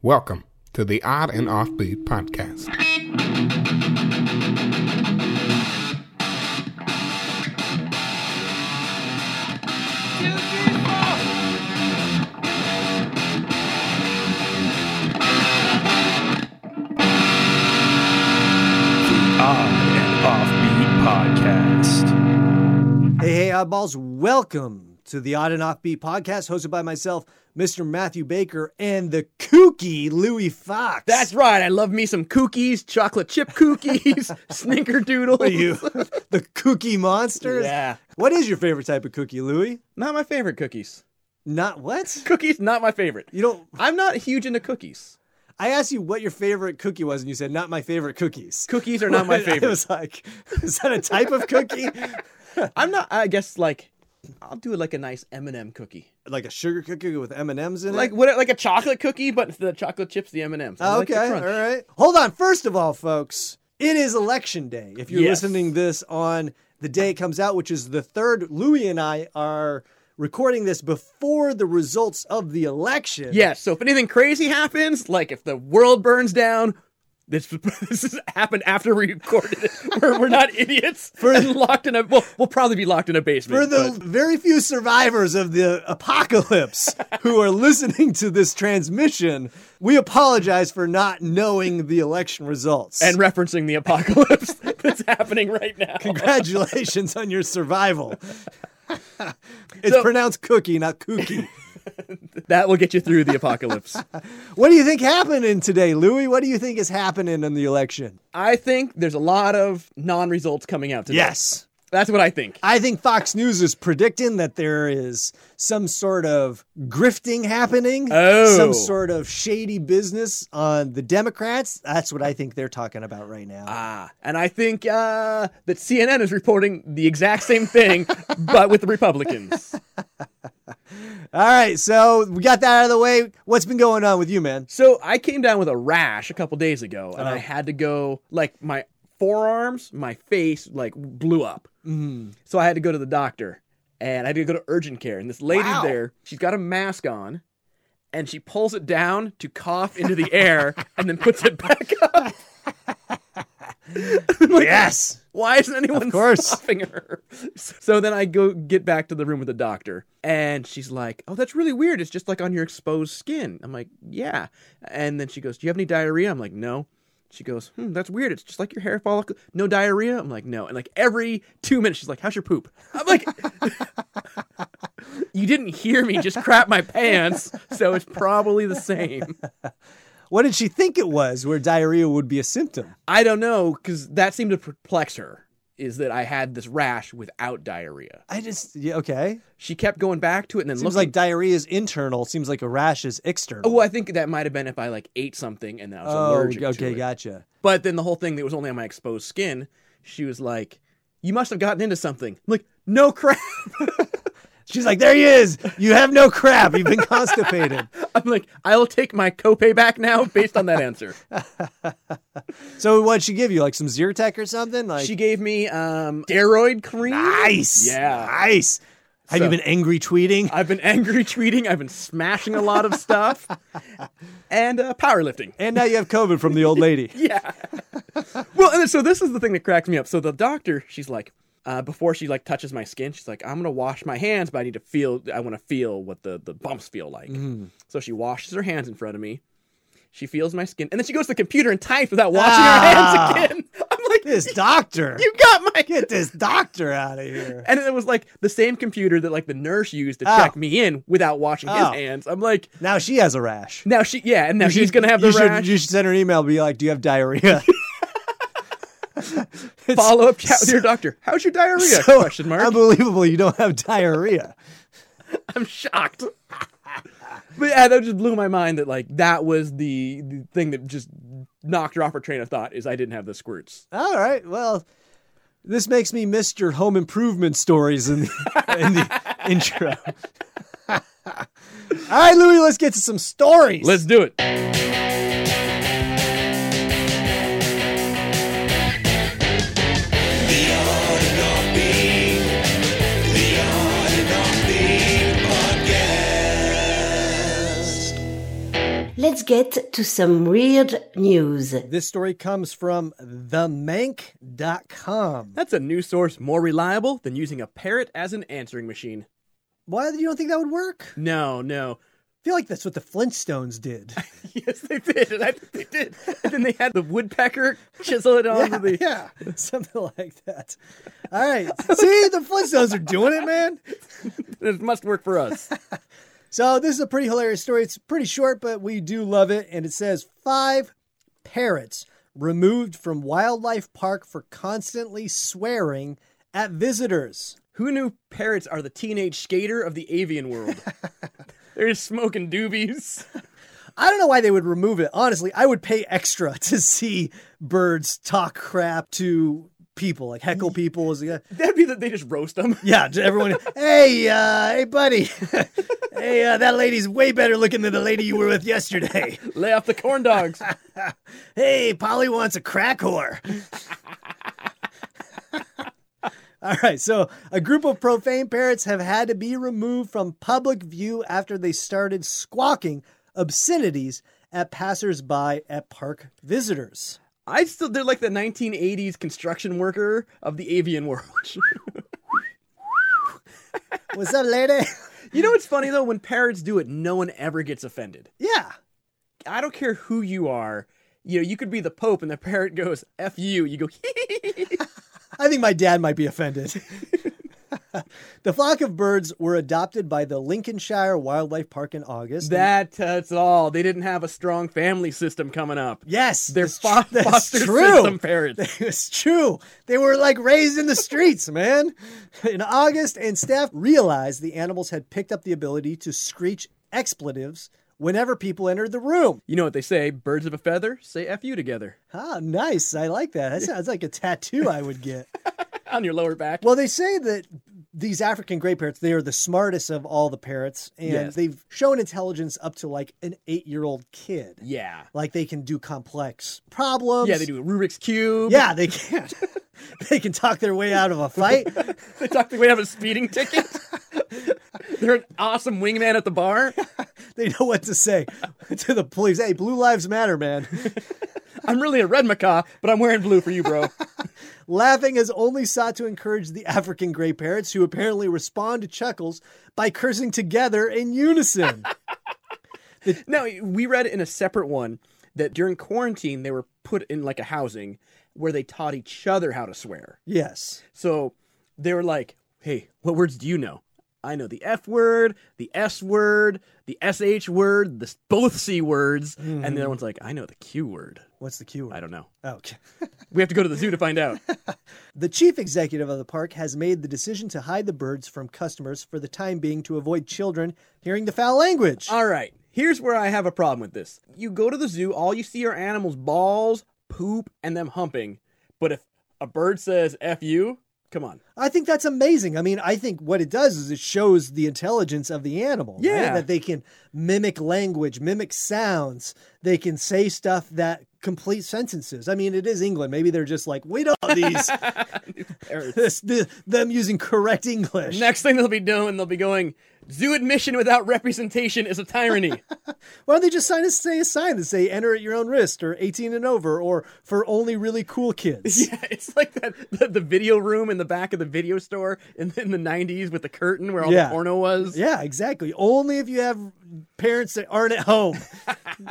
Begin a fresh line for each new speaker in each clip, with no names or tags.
Welcome to the Odd and Offbeat podcast.
Odd and Offbeat
Hey, hey, oddballs, welcome to the Odd and Offbeat podcast hosted by myself, Mr. Matthew Baker, and the kooky Louis Fox.
That's right. I love me some cookies, chocolate chip cookies, snickerdoodle.
What are you, the kookie monsters.
Yeah.
What is your favorite type of cookie, Louis?
Not my favorite cookies.
Not what?
Cookies, not my favorite.
You don't.
I'm not huge into cookies.
I asked you what your favorite cookie was, and you said, not my favorite cookies.
Cookies are not my
I
favorite.
was like, is that a type of cookie?
I'm not. I guess like I'll do like a nice M&M cookie,
like a sugar cookie with M&Ms in it?
like what, like a chocolate cookie, but the chocolate chips, the M&Ms. I like the
Okay,
crunch.
all right. Hold on. First of all, folks, it is election day. If you're
Yes.
listening this on the day it comes out, which is the third, Louis and I are recording this before the results of the election.
Yeah. So if anything crazy happens, like if the world burns down. This, this has happened after we recorded it. We're, we're not idiots. We're locked in a. Well, we'll probably be locked in a basement.
For the
but-
very few survivors of the apocalypse who are listening to this transmission, we apologize for not knowing the election results.
and referencing the apocalypse that's happening right now.
congratulations on your survival. it's
So-
pronounced cookie, not kooky.
That will get you through the apocalypse.
What do you think happening today, Louis? What do you think is happening in the election?
I think there's a lot of non-results coming out today. that's what I think.
I think Fox News is predicting that there is some sort of grifting happening,
Oh.
some sort of shady business on the Democrats. That's what I think they're talking about right now.
Ah, and I think uh, that CNN is reporting the exact same thing, but with the Republicans.
All right, so we got that out of the way. What's been going on with you, man?
So I came down with a rash a couple days ago, and I had to go like my forearms, my face like blew up. Mm. So I had to go to the doctor, and I had to go to urgent care. And this lady
Wow.
there, she's got a mask on, and she pulls it down to cough into the air, and then puts it back up.
yes.
Why isn't anyone
Of course.
stopping her? So then I go get back to the room with the doctor, and she's like, "Oh, that's really weird. It's just like on your exposed skin." I'm like, "Yeah," and then she goes, "Do you have any diarrhea?" I'm like, "No." She goes, "Hmm, that's weird. It's just like your hair follicle. No diarrhea." I'm like, "No." And like every two minutes, she's like, "How's your poop?" I'm like, "You didn't hear me just crap my pants, so it's probably the same."
What did she think it was where diarrhea would be a symptom?
I don't know because that seemed to perplex her. Is that I had this rash without diarrhea.
I just, yeah, okay.
she kept going back to it and then
Seems
looking-
like diarrhea is internal, seems like a rash is external.
Oh, well, I think that might have been if I like ate something and I was
Oh,
allergic
okay,
to it.
gotcha.
But then the whole thing that was only on my exposed skin, she was like, "You must have gotten into something." I'm like, no crap.
She's like, there he is. You have no crap. You've been constipated.
I'm like, I'll take my copay back now based on that answer.
So what'd she give you? Like some Zyrtec or something? Like
she gave me um steroid cream.
nice.
Yeah.
Nice. Have you
So-
been angry tweeting?
I've been angry tweeting. I've been smashing a lot of stuff, and uh, powerlifting.
and now you have COVID from the old lady.
yeah. well, and then- so this is the thing that cracks me up. So the doctor, she's like, uh, before she like touches my skin, she's like, I'm gonna wash my hands, but I need to feel. I want to feel what the the bumps feel like.
Mm-hmm.
So she washes her hands in front of me. She feels my skin, and then she goes to the computer and types without washing
Ah.
her hands again. I'm like,
This doctor.
you got my.
Get this doctor out of here.
And it was like the same computer that like the nurse used to
Oh.
check me in without washing his
Oh.
hands. I'm like,
Now she has a rash.
now she, yeah, and now
You
she's
should-
gonna have the
you
rash.
Should, you should send her an email and be like, do you have diarrhea? It's
Follow up chat with your doctor. How's your diarrhea?
so
question mark.
Unbelievable you don't have diarrhea.
I'm shocked. but yeah, that just blew my mind that like that was the, the thing that just knocked her off her train of thought is I didn't have the squirts.
All right. Well, this makes me miss your home improvement stories in the, in the intro. All right, Louis, let's get to some stories.
Let's do it.
Live let's get to some weird news.
This story comes from themank.com.
That's a news source more reliable than using a parrot as an answering machine.
Why do you don't think that would work?
No, no.
I feel like that's what the Flintstones did.
Yes, they did. And I think they did. And then they had the woodpecker chisel it onto the.
yeah, something like that. All right. See, the Flintstones are doing it, man.
It must work for us.
So this is a pretty hilarious story. It's pretty short, but we do love it. And it says five parrots removed from wildlife park for constantly swearing at visitors.
Who knew parrots are the teenage skater of the avian world? They're just smoking doobies.
I don't know why they would remove it. Honestly, I would pay extra to see birds talk crap to people, like heckle people. Is the-
That'd be that they just roast them.
Yeah, to everyone. hey, uh, hey, buddy. hey, uh, that lady's way better looking than the lady you were with yesterday.
Lay off the corn dogs.
hey, Polly wants a crack whore. All right, so a group of profane parrots have had to be removed from public view after they started squawking obscenities at passersby at park visitors.
I still, they're like the 1980s construction worker of the avian world.
What's up, lady?
you know what's funny though? When parrots do it, no one ever gets offended.
yeah.
I don't care who you are. You know, you could be the Pope and the parrot goes, F you. You go,
I think my dad might be offended. the flock of birds were adopted by the Lincolnshire Wildlife Park in August.
that, that's all. They didn't have a strong family system coming up.
yes,
They're
that's
fo-
tr- that's
foster
true.
system parrots.
It's true. They were like raised in the streets, man. In August, and staff realized the animals had picked up the ability to screech expletives whenever people entered the room.
You know what they say birds of a feather say F you together
Ah, nice. I like that. That sounds like a tattoo I would get.
on your lower back.
Well, they say that these African gray parrots, they are the smartest of all the parrots, and
Yes.
they've shown intelligence up to like an eight year old kid.
yeah.
Like they can do complex problems.
Yeah, they do a Rubik's Cube.
Yeah, they can. they can talk their way out of a fight.
They talk the way out of a speeding ticket. They're an awesome wingman at the bar.
they know what to say to the police. Hey, blue lives matter, man.
I'm really a red macaw, but I'm wearing blue for you, bro.
Laughing has only sought to encourage the African gray parrots, who apparently respond to chuckles by cursing together in unison.
No, we read in a separate one that during quarantine they were put in like a housing where they taught each other how to swear.
yes.
So they were like, "Hey, what words do you know?" I know the F word, the S word, the SH word, the s- both C words, and the other one's like, "I know the Q word."
What's the cue?
I don't know.
Okay.
We have to go to the zoo to find out.
The chief executive of the park has made the decision to hide the birds from customers for the time being to avoid children hearing the foul language.
All right, here's where I have a problem with this. You go to the zoo, all you see are animals' balls, poop, and them humping. But if a bird says "F you," come on.
I think that's amazing. I mean, I think what it does is it shows the intelligence of the animal. right?
Yeah.
That they can mimic language, mimic sounds. They can say stuff that complete sentences. I mean, it is England. Maybe they're just like, we don't have these,
Parrots.
this, the, them using correct English.
Next thing they'll be doing, they'll be going, zoo admission without representation is a tyranny.
Why don't they just sign a, say a sign that say enter at your own risk or 18 and over or for only really cool kids?
yeah, it's like that the, the video room in the back of the video store in, in the 90s with the curtain where all
Yeah.
the porno was.
Yeah, exactly. Only if you have parents that aren't at home,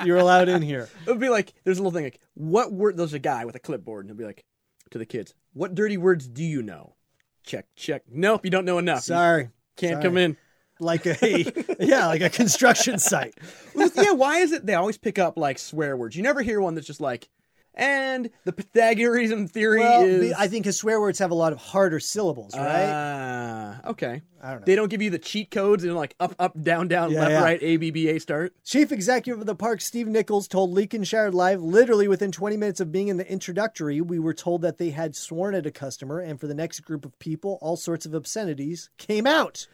you're allowed in here.
It would be like, there's a little thing like, what word, there's a guy with a clipboard and he'll be like, to the kids, what dirty words do you know? Check, check. Nope, you don't know enough. You
Sorry,
can't
sorry.
come in.
like a yeah, like a construction site.
Well, yeah, why is it they always pick up like swear words? You never hear one that's just like, and the Pythagorean theory
Well,
is.
the- I think his swear words have a lot of harder syllables, right?
Ah, okay.
I don't know.
They don't give you the cheat codes and like up, up, down, down,
Yeah,
left,
yeah.
right, A, B, B, A start.
Chief executive of the park, Steve Nichols, told Lincolnshire Live literally within 20 minutes of being in the introductory, we were told that they had sworn at a customer, and for the next group of people, all sorts of obscenities came out.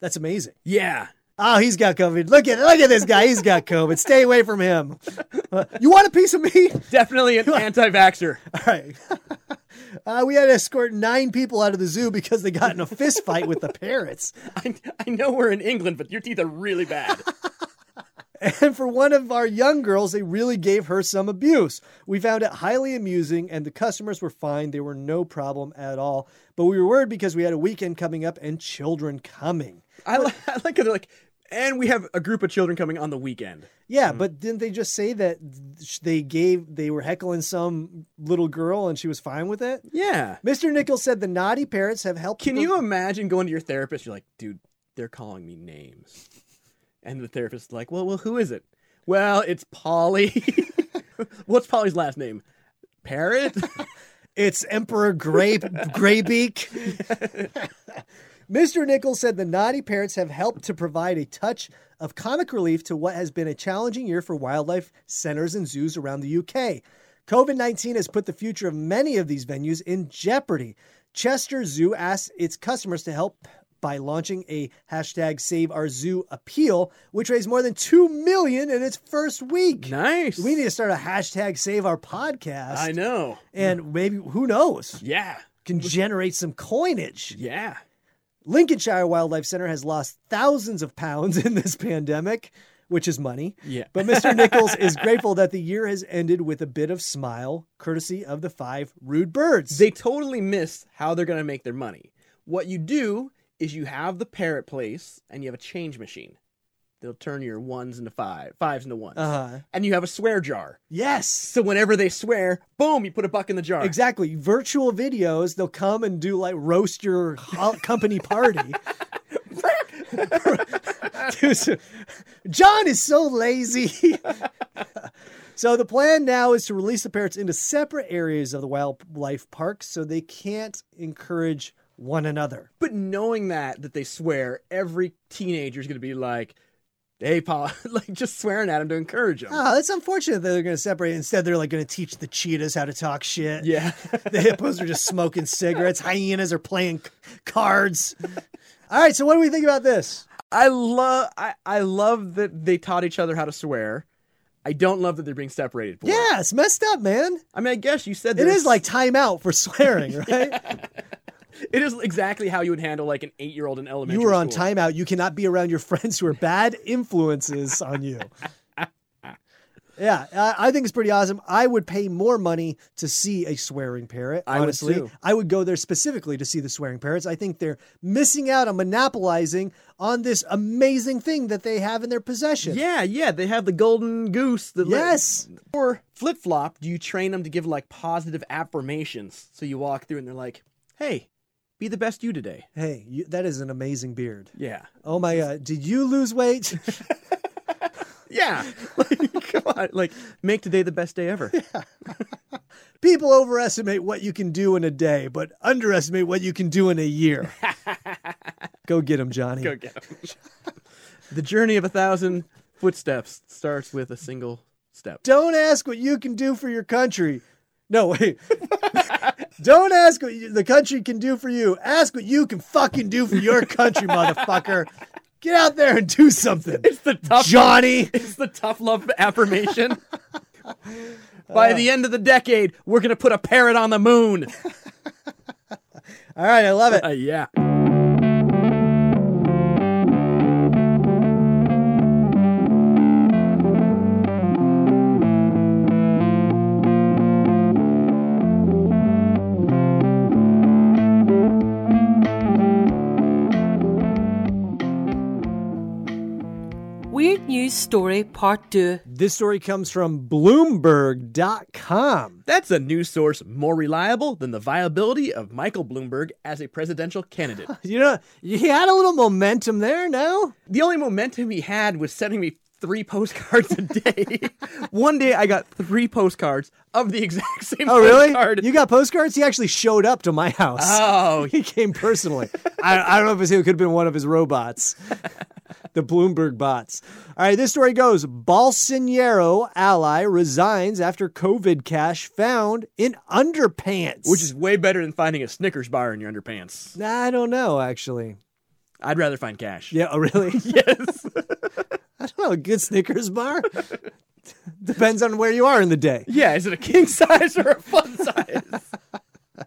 That's amazing.
Yeah.
Oh, he's got COVID. Look at look at this guy. He's got COVID. Stay away from him. Uh, you want a piece of me?
Definitely an anti vaxxer.
All right. Uh, we had to escort nine people out of the zoo because they got in a fist fight with the parrots.
I, I know we're in England, but your teeth are really bad.
And for one of our young girls, they really gave her some abuse. We found it highly amusing, and the customers were fine. They were no problem at all. But we were worried because we had a weekend coming up and children coming.
I, li- I like how they're like, and we have a group of children coming on the weekend.
Yeah, but didn't they just say that sh- they gave they were heckling some little girl and she was fine with it?
Yeah.
Mr. Nichols said the naughty parents have helped.
Can
pre-
you imagine going to your therapist? You're like, dude, they're calling me names. And the therapist's like, well, well, who is it? Well, it's Polly. What's Polly's last name? Parrot?
It's Emperor Gray Graybeak. Mr. Nichols said the naughty parents have helped to provide a touch of comic relief to what has been a challenging year for wildlife centers and zoos around the UK. COVID 19 has put the future of many of these venues in jeopardy. Chester Zoo asked its customers to help by launching a hashtag Save Our Zoo appeal, which raised more than 2 million in its first week.
nice.
We need to start a hashtag Save Our Podcast
I know.
and maybe who knows
Yeah.
can generate some coinage.
Yeah.
Lincolnshire Wildlife Center has lost thousands of pounds in this pandemic, which is money.
Yeah.
But Mr. Nichols is grateful that the year has ended with a bit of smile, courtesy of the five rude birds.
They totally miss how they're going to make their money. What you do is you have the parrot place and you have a change machine. They'll turn your ones into five, fives into ones.
Uh-huh.
And you have a swear jar.
yes.
So whenever they swear, boom, you put a buck in the jar.
Exactly. Virtual videos, they'll come and do like roast your ho- company party. Dude, so- John is so lazy. so the plan now is to release the parrots into separate areas of the wildlife park so they can't encourage one another.
But knowing that that they swear, every teenager is going to be like, "Hey, Paul," like just swearing at him to encourage him.
Oh, that's unfortunate that they're going to separate. Instead, they're like going to teach the cheetahs how to talk shit.
Yeah,
The hippos are just smoking cigarettes. Hyenas are playing c- cards. All right, so what do we think about this?
I love I I love that they taught each other how to swear. I don't love that they're being separated. For it.
Yeah, it's messed up, man.
I mean, I guess you said
It
there's-
is like timeout for swearing, right?
it is exactly how you would handle like an eight year old in elementary.
you were on
school.
timeout. You cannot be around your friends who are bad influences on you. Yeah, I I think it's pretty awesome. I would pay more money to see a swearing parrot.
I would
Honestly,
too.
I would go there specifically to see the swearing parrots. I think they're missing out on monopolizing on this amazing thing that they have in their possession.
Yeah, yeah, they have the golden goose. That li-
Yes.
or flip flop. Do you train them to give like positive affirmations? So you walk through and they're like, "Hey, be the best you today."
Hey, you, that is an amazing beard.
Yeah.
Oh my god, did you lose weight?
Yeah. Like, come on. Like, make today the best day ever.
People overestimate what you can do in a day, but underestimate what you can do in a year. Go get him, Johnny.
Go get 'em. the journey of a thousand footsteps starts with a single step.
Don't ask what you can do for your country. No, wait. Don't ask what you, the country can do for you. Ask what you can fucking do for your country, motherfucker. Get out there and do something.
It's the tough
Johnny.
It's the tough love affirmation. Uh. By the end of the decade, we're gonna put a parrot on the moon.
All right, I love it.
Uh, yeah.
Weird News Story Part 2.
This story comes from Bloomberg.com.
That's a news source more reliable than the viability of Michael Bloomberg as a presidential candidate.
You know, he had a little momentum there now.
the only momentum he had was sending me three postcards a day. One day I got three postcards of the exact same
Oh, really?
postcard.
You got postcards? He actually showed up to my house.
oh,
he came personally. I, I don't know if it's, it could have been one of his robots, the Bloomberg bots. All right, this story goes Bolsonaro ally resigns after COVID cash found in underpants.
which is way better than finding a Snickers bar in your underpants.
Nah, I don't know, actually.
I'd rather find cash.
Yeah, oh, really?
Yes.
I don't know. A good Snickers bar? Depends on where you are in the day.
yeah, is it a king size or a fun size?
All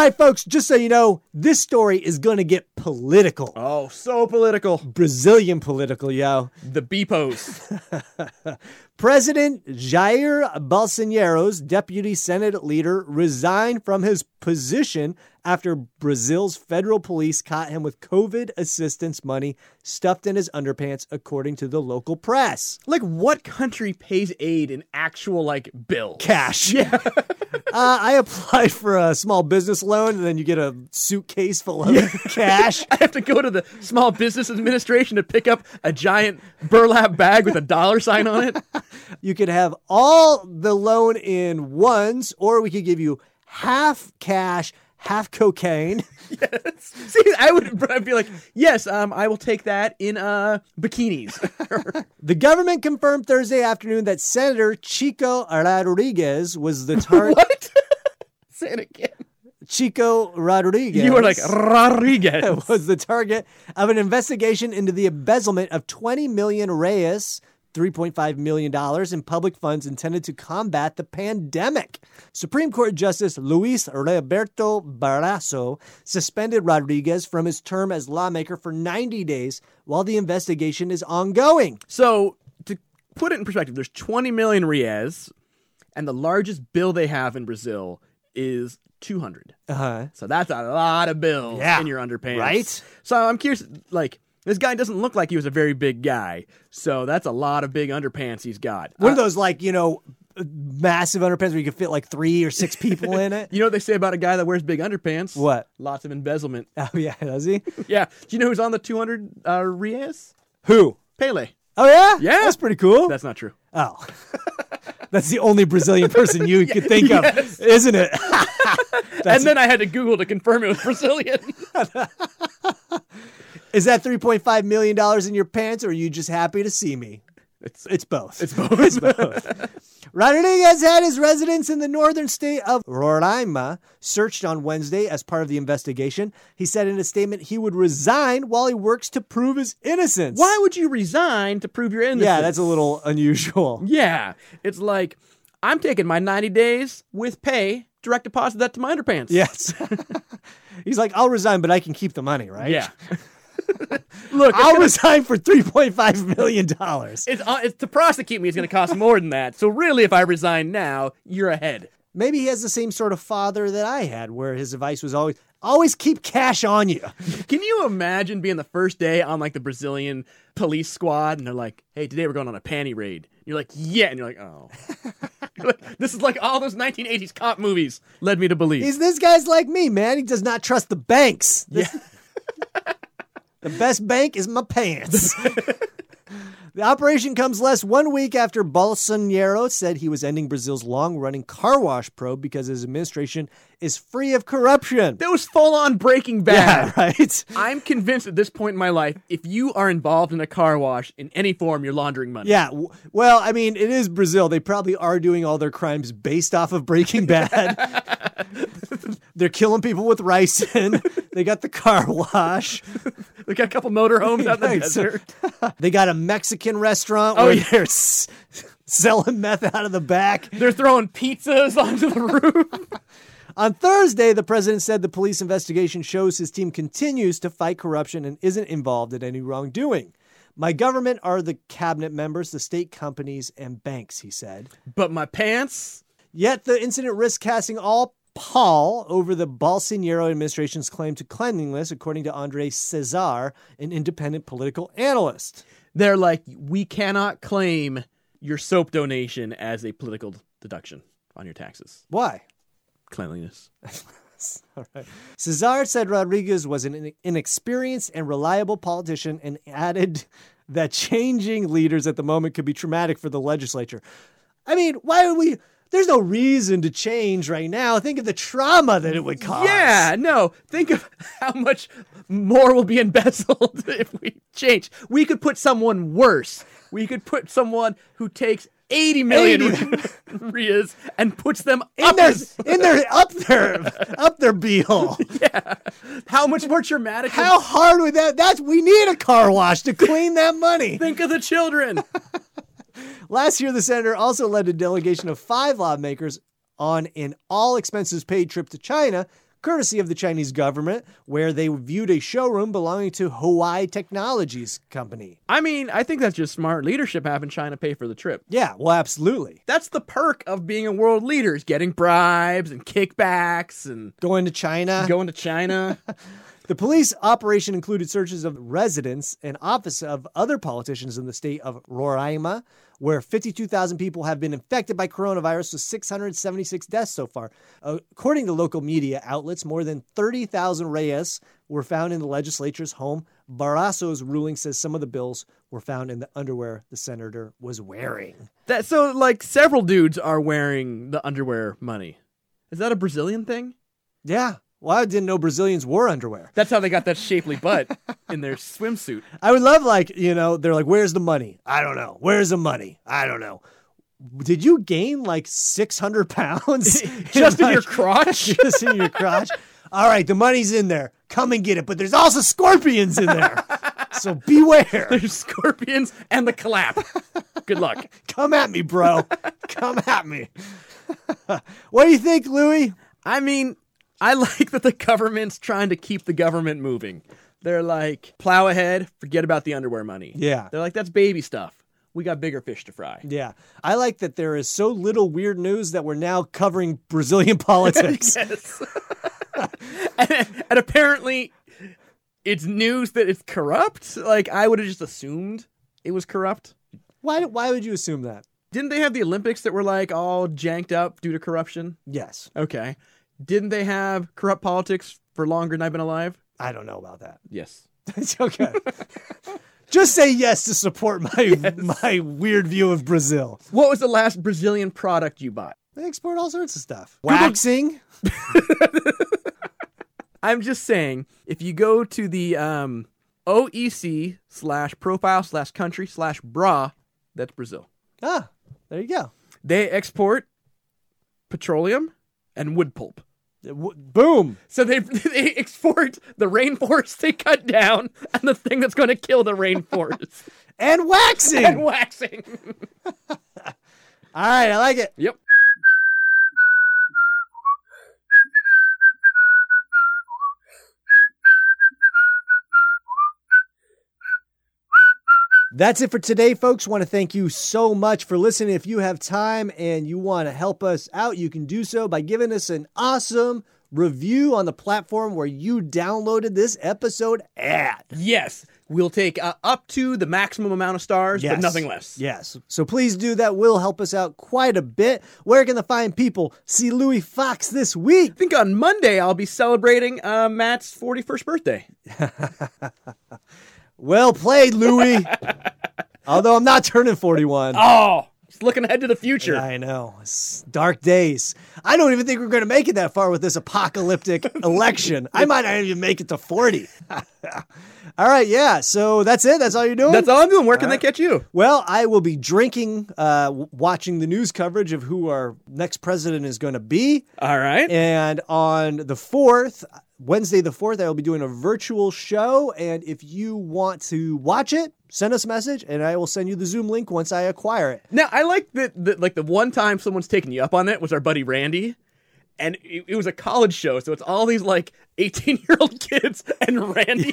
right, folks, just so you know, this story is going to get political.
Oh, so political.
Brazilian political, yo.
The Beepos.
President Jair Bolsonaro's deputy Senate leader resigned from his position after Brazil's federal police caught him with COVID assistance money stuffed in his underpants, according to the local press.
like, what country pays aid in actual, like, bills?
Cash. Yeah. uh, I applied for a small business loan, and then you get a suitcase full of cash.
I have to go to the Small Business Administration to pick up a giant burlap bag with a dollar sign on it.
You could have all the loan in ones, or we could give you half cash, half cocaine.
See, I would I'd be like, yes, um, I will take that in uh bikinis.
The government confirmed Thursday afternoon that Senator Chico Rodriguez was the target.
what? Say it again.
Chico Rodriguez.
You were like Rodriguez.
was the target of an investigation into the embezzlement of 20 million reais, 3.5 million dollars in public funds intended to combat the pandemic. Supreme Court Justice Luis Roberto Barrasso suspended Rodriguez from his term as lawmaker for 90 days while the investigation is ongoing.
So to put it in perspective, there's 20 million reais, and the largest bill they have in Brazil is 200.
Uh-huh.
So that's a lot of bills
Yeah.
in your underpants.
Right?
So I'm curious, like, this guy doesn't look like he was a very big guy. So that's a lot of big underpants he's got.
One
Uh,
of those like, you know, massive underpants where you could fit like 3 or 6 people in it.
you know what they say about a guy that wears big underpants?
What?
Lots of embezzlement.
Oh yeah, does he?
Yeah. Do you know who's on the 200 uh, Rias?
Who?
Pele.
Oh yeah?
Yeah.
That's pretty cool.
That's not true.
Oh. That's the only Brazilian person you could think of, isn't it?
and then I had to Google to confirm it was Brazilian.
Is that $3.5 million in your pants, or are you just happy to see me?
it's,
It's both.
it's both.
Rodriguez had his residence in the northern state of Roraima searched on Wednesday as part of the investigation. He said in a statement he would resign while he works to prove his innocence.
Why would you resign to prove your innocence?
Yeah, that's a little unusual.
Yeah. It's like, I'm taking my 90 days with pay, direct deposit that to my underpants.
Yes. He's like, I'll resign, but I can keep the money, right?
Yeah. Look, it's,
I'll
gonna,
resign for $3.5 million.
it's, uh, it's to prosecute me is going to cost more than that. So really, if I resign now, you're ahead.
Maybe he has the same sort of father that I had, where his advice was always, always keep cash on you.
Can you imagine being the first day on like the Brazilian police squad and they're like, "Hey, today we're going on a panty raid." You're like, "Yeah," and you're like, "Oh." You're like, this is like all those 1980s cop movies led me to believe.
He's this guy's like me, man. He does not trust the banks. This- the best bank is my pants. the operation comes less one week after Bolsonaro said he was ending Brazil's long-running car wash probe because his administration is free of corruption.
that was full on Breaking Bad.
Yeah, right.
I'm convinced at this point in my life, if you are involved in a car wash in any form, you're laundering money.
Yeah. w- Well, I mean, it is Brazil. They probably are doing all their crimes based off of Breaking Bad. They're killing people with ricin. they got the car wash.
They got a couple motorhomes out in the
Right, so-
desert.
They got a Mexican restaurant
Oh,
where
yeah.
they're s- selling meth out of the back.
They're throwing pizzas onto the roof.
On Thursday, the president said the police investigation shows his team continues to fight corruption and isn't involved in any wrongdoing. My government are the cabinet members, the state companies, and banks, he said.
but my pants.
Yet the incident risks casting all pall over the Bolsonaro administration's claim to cleanliness, according to Andre Cesar, an independent political analyst.
They're like, we cannot claim your soap donation as a political deduction on your taxes.
Why?
Cleanliness.
Cesar said Rodriguez was an in- inexperienced and reliable politician and added that changing leaders at the moment could be traumatic for the legislature. I mean, why would we? There's no reason to change right now. Think of the trauma that it would cause.
Yeah, no. Think of how much more will be embezzled if we change. We could put someone worse. We could put someone who takes 80 million
80.
Rias and puts them
In
up
their,
as-
in their up their up their beehole.
how much more traumatic would-
How hard would that? That's we need a car wash to clean that money.
think of the children.
Last year, the senator also led a delegation of five lawmakers on an all expenses paid trip to China, courtesy of the Chinese government, where they viewed a showroom belonging to Hawaii Technologies Company.
I mean, I think that's just smart leadership having China pay for the trip.
Yeah, well, absolutely.
That's the perk of being a world leader is getting bribes and kickbacks and
Going to China.
going to China.
The police operation included searches of residence and office of other politicians in the state of Roraima, where 52,000 people have been infected by coronavirus with 676 deaths so far. According to local media outlets, more than 30,000 reyes were found in the legislature's home. Barrasso's ruling says some of the bills were found in the underwear the senator was wearing.
that so like several dudes are wearing the underwear money. Is that a Brazilian thing?
Yeah. Well, I didn't know Brazilians wore underwear.
That's how they got that shapely butt in their swimsuit.
I would love like, you know, they're like, where's the money? I don't know. Where's the money? I don't know. Did you gain like 600 pounds?
Just in your
like-
crotch?
just in your crotch? All right, the money's in there. Come and get it. But there's also scorpions in there. so beware.
There's scorpions and the clap. Good luck.
Come at me, bro. Come at me. what do you think, Louis?
I mean, I like that the government's trying to keep the government moving. They're like, plow ahead, forget about the underwear money.
Yeah.
They're like, that's baby stuff. We got bigger fish to fry.
Yeah. I like that there is so little weird news that we're now covering Brazilian politics.
Yes. and, and apparently, it's news that it's corrupt. Like, I would have just assumed it was corrupt.
Why, why would you assume that?
Didn't they have the Olympics that were like all janked up due to corruption?
Yes.
Okay. Didn't they have corrupt politics for longer than I've been alive?
I don't know about that.
Yes.
It's okay. Just say yes to support my my weird view of Brazil.
What was the last Brazilian product you bought?
They export all sorts of stuff. Waxing.
I'm just saying, if you go to the um, OEC slash profile slash country slash bra, that's Brazil.
Ah, there you go.
They export petroleum and wood pulp.
W- Boom.
So they they export the rainforest they cut down and the thing that's going to kill the rainforest
And waxing.
and waxing.
all right, I like it.
Yep.
That's it for today, folks. Want to thank you so much for listening. If you have time and you want to help us out, you can do so by giving us an awesome review on the platform where you downloaded this episode at.
Yes, we'll take uh, up to the maximum amount of stars,
Yes.
but nothing less.
Yes. So please do that. Will help us out quite a bit. Where can the fine people see Louis Fox this week?
I think on Monday I'll be celebrating uh, Matt's 41st birthday.
Well played, Louis. Although I'm not turning 41.
Oh, just looking ahead to the future.
I know. It's dark days. I don't even think we're going to make it that far with this apocalyptic election. I might not even make it to 40. all right. Yeah. So that's it. That's all you're doing?
That's all I'm doing. Where can they catch you?
Well, I will be drinking, uh, w- watching the news coverage of who our next president is going to be.
All right.
And on the 4th, Wednesday the 4th, I will be doing a virtual show. And if you want to watch it, send us a message and I will send you the Zoom link once I acquire it.
now I like that. that like the one time someone's taken you up on it was our buddy Randy. And it, it was a college show, so it's all these like 18 year old kids and Randy.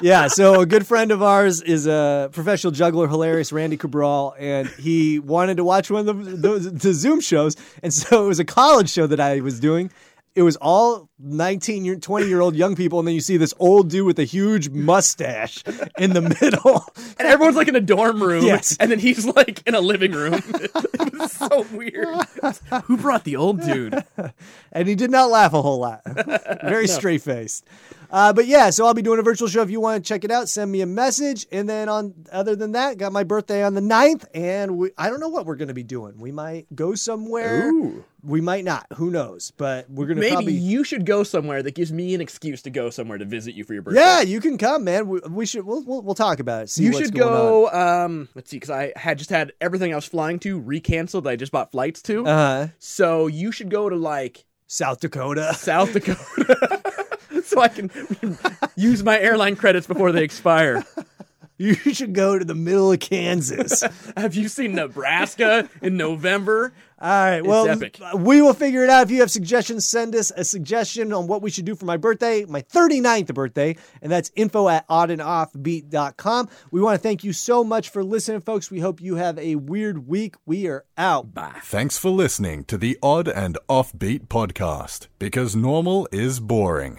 yeah, so a good friend of ours is a professional juggler, hilarious Randy Cabral, and he wanted to watch one of the, the, the Zoom shows. And so it was a college show that I was doing. It was all 19, year, 20 year old young people. And then you see this old dude with a huge mustache in the middle.
and everyone's like in a dorm room.
Yes.
And then he's like in a living room. it was so weird. Who brought the old dude?
and he did not laugh a whole lot. Very straight faced. Uh, but yeah, so I'll be doing a virtual show. If you want to check it out, send me a message. And then on other than that, got my birthday on the 9th, and we, I don't know what we're going to be doing. We might go somewhere.
Ooh.
We might not. Who knows? But we're going to
Maybe
probably.
you should go somewhere that gives me an excuse to go somewhere to visit you for your birthday.
yeah, you can come, man. We, we should. We'll, we'll we'll talk about it. See
you
what's
should
going on.
go. Um, let's see, because I had just had everything I was flying to recanceled. that I just bought flights to.
Uh-huh.
So you should go to like
South Dakota.
South Dakota, so I can use my airline credits before they expire.
You should go to the middle of Kansas.
Have you seen Nebraska in November?
All right. Well, uh,
epic.
we will figure it out. If you have suggestions, send us a suggestion on what we should do for my birthday, my 39th birthday, and that's info at oddandoffbeat.com. We want to thank you so much for listening, folks. We hope you have a weird week. We are out. Bye.
Thanks for listening to the Odd and Offbeat podcast because normal is boring.